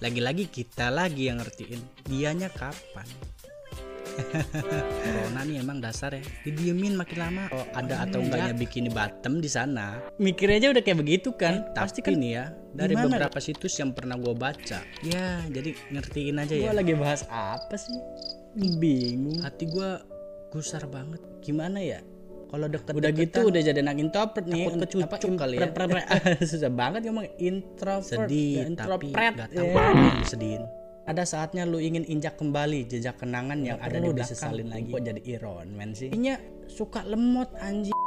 lagi-lagi kita lagi yang ngertiin dianya kapan Corona nih emang dasar ya didiemin makin lama oh, ada iya. atau enggaknya bikin bottom di sana mikirnya aja udah kayak begitu kan pasti kan nih ya dari Gimana? beberapa situs yang pernah gue baca ya jadi ngertiin aja ya Gua lagi bahas apa sih? Bingung. hati gua gusar banget gimana ya kalau deket Udah gitu udah jadi anak introvert nih. kan. Takut kecucuk in- kali ya. pre- pre- pre- Ah, Susah banget ngomong introvert. sedih Ya, tapi introvert, nggak tahu ya. apa yang disedihin Ada saatnya lu ingin injak kembali jejak kenangan yang Nggak ada di perlu belakang. disesalin lagi. Kok jadi iron man sih? Kayaknya suka lemot anjing.